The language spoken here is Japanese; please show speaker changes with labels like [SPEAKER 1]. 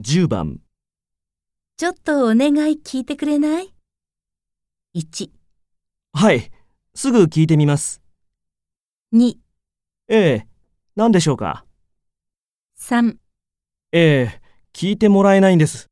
[SPEAKER 1] 10番、
[SPEAKER 2] ちょっとお願い聞いてくれない ?1、
[SPEAKER 1] はい、すぐ聞いてみます。
[SPEAKER 2] 2、
[SPEAKER 1] ええ、何でしょうか
[SPEAKER 2] 3
[SPEAKER 1] ええ、聞いてもらえないんです。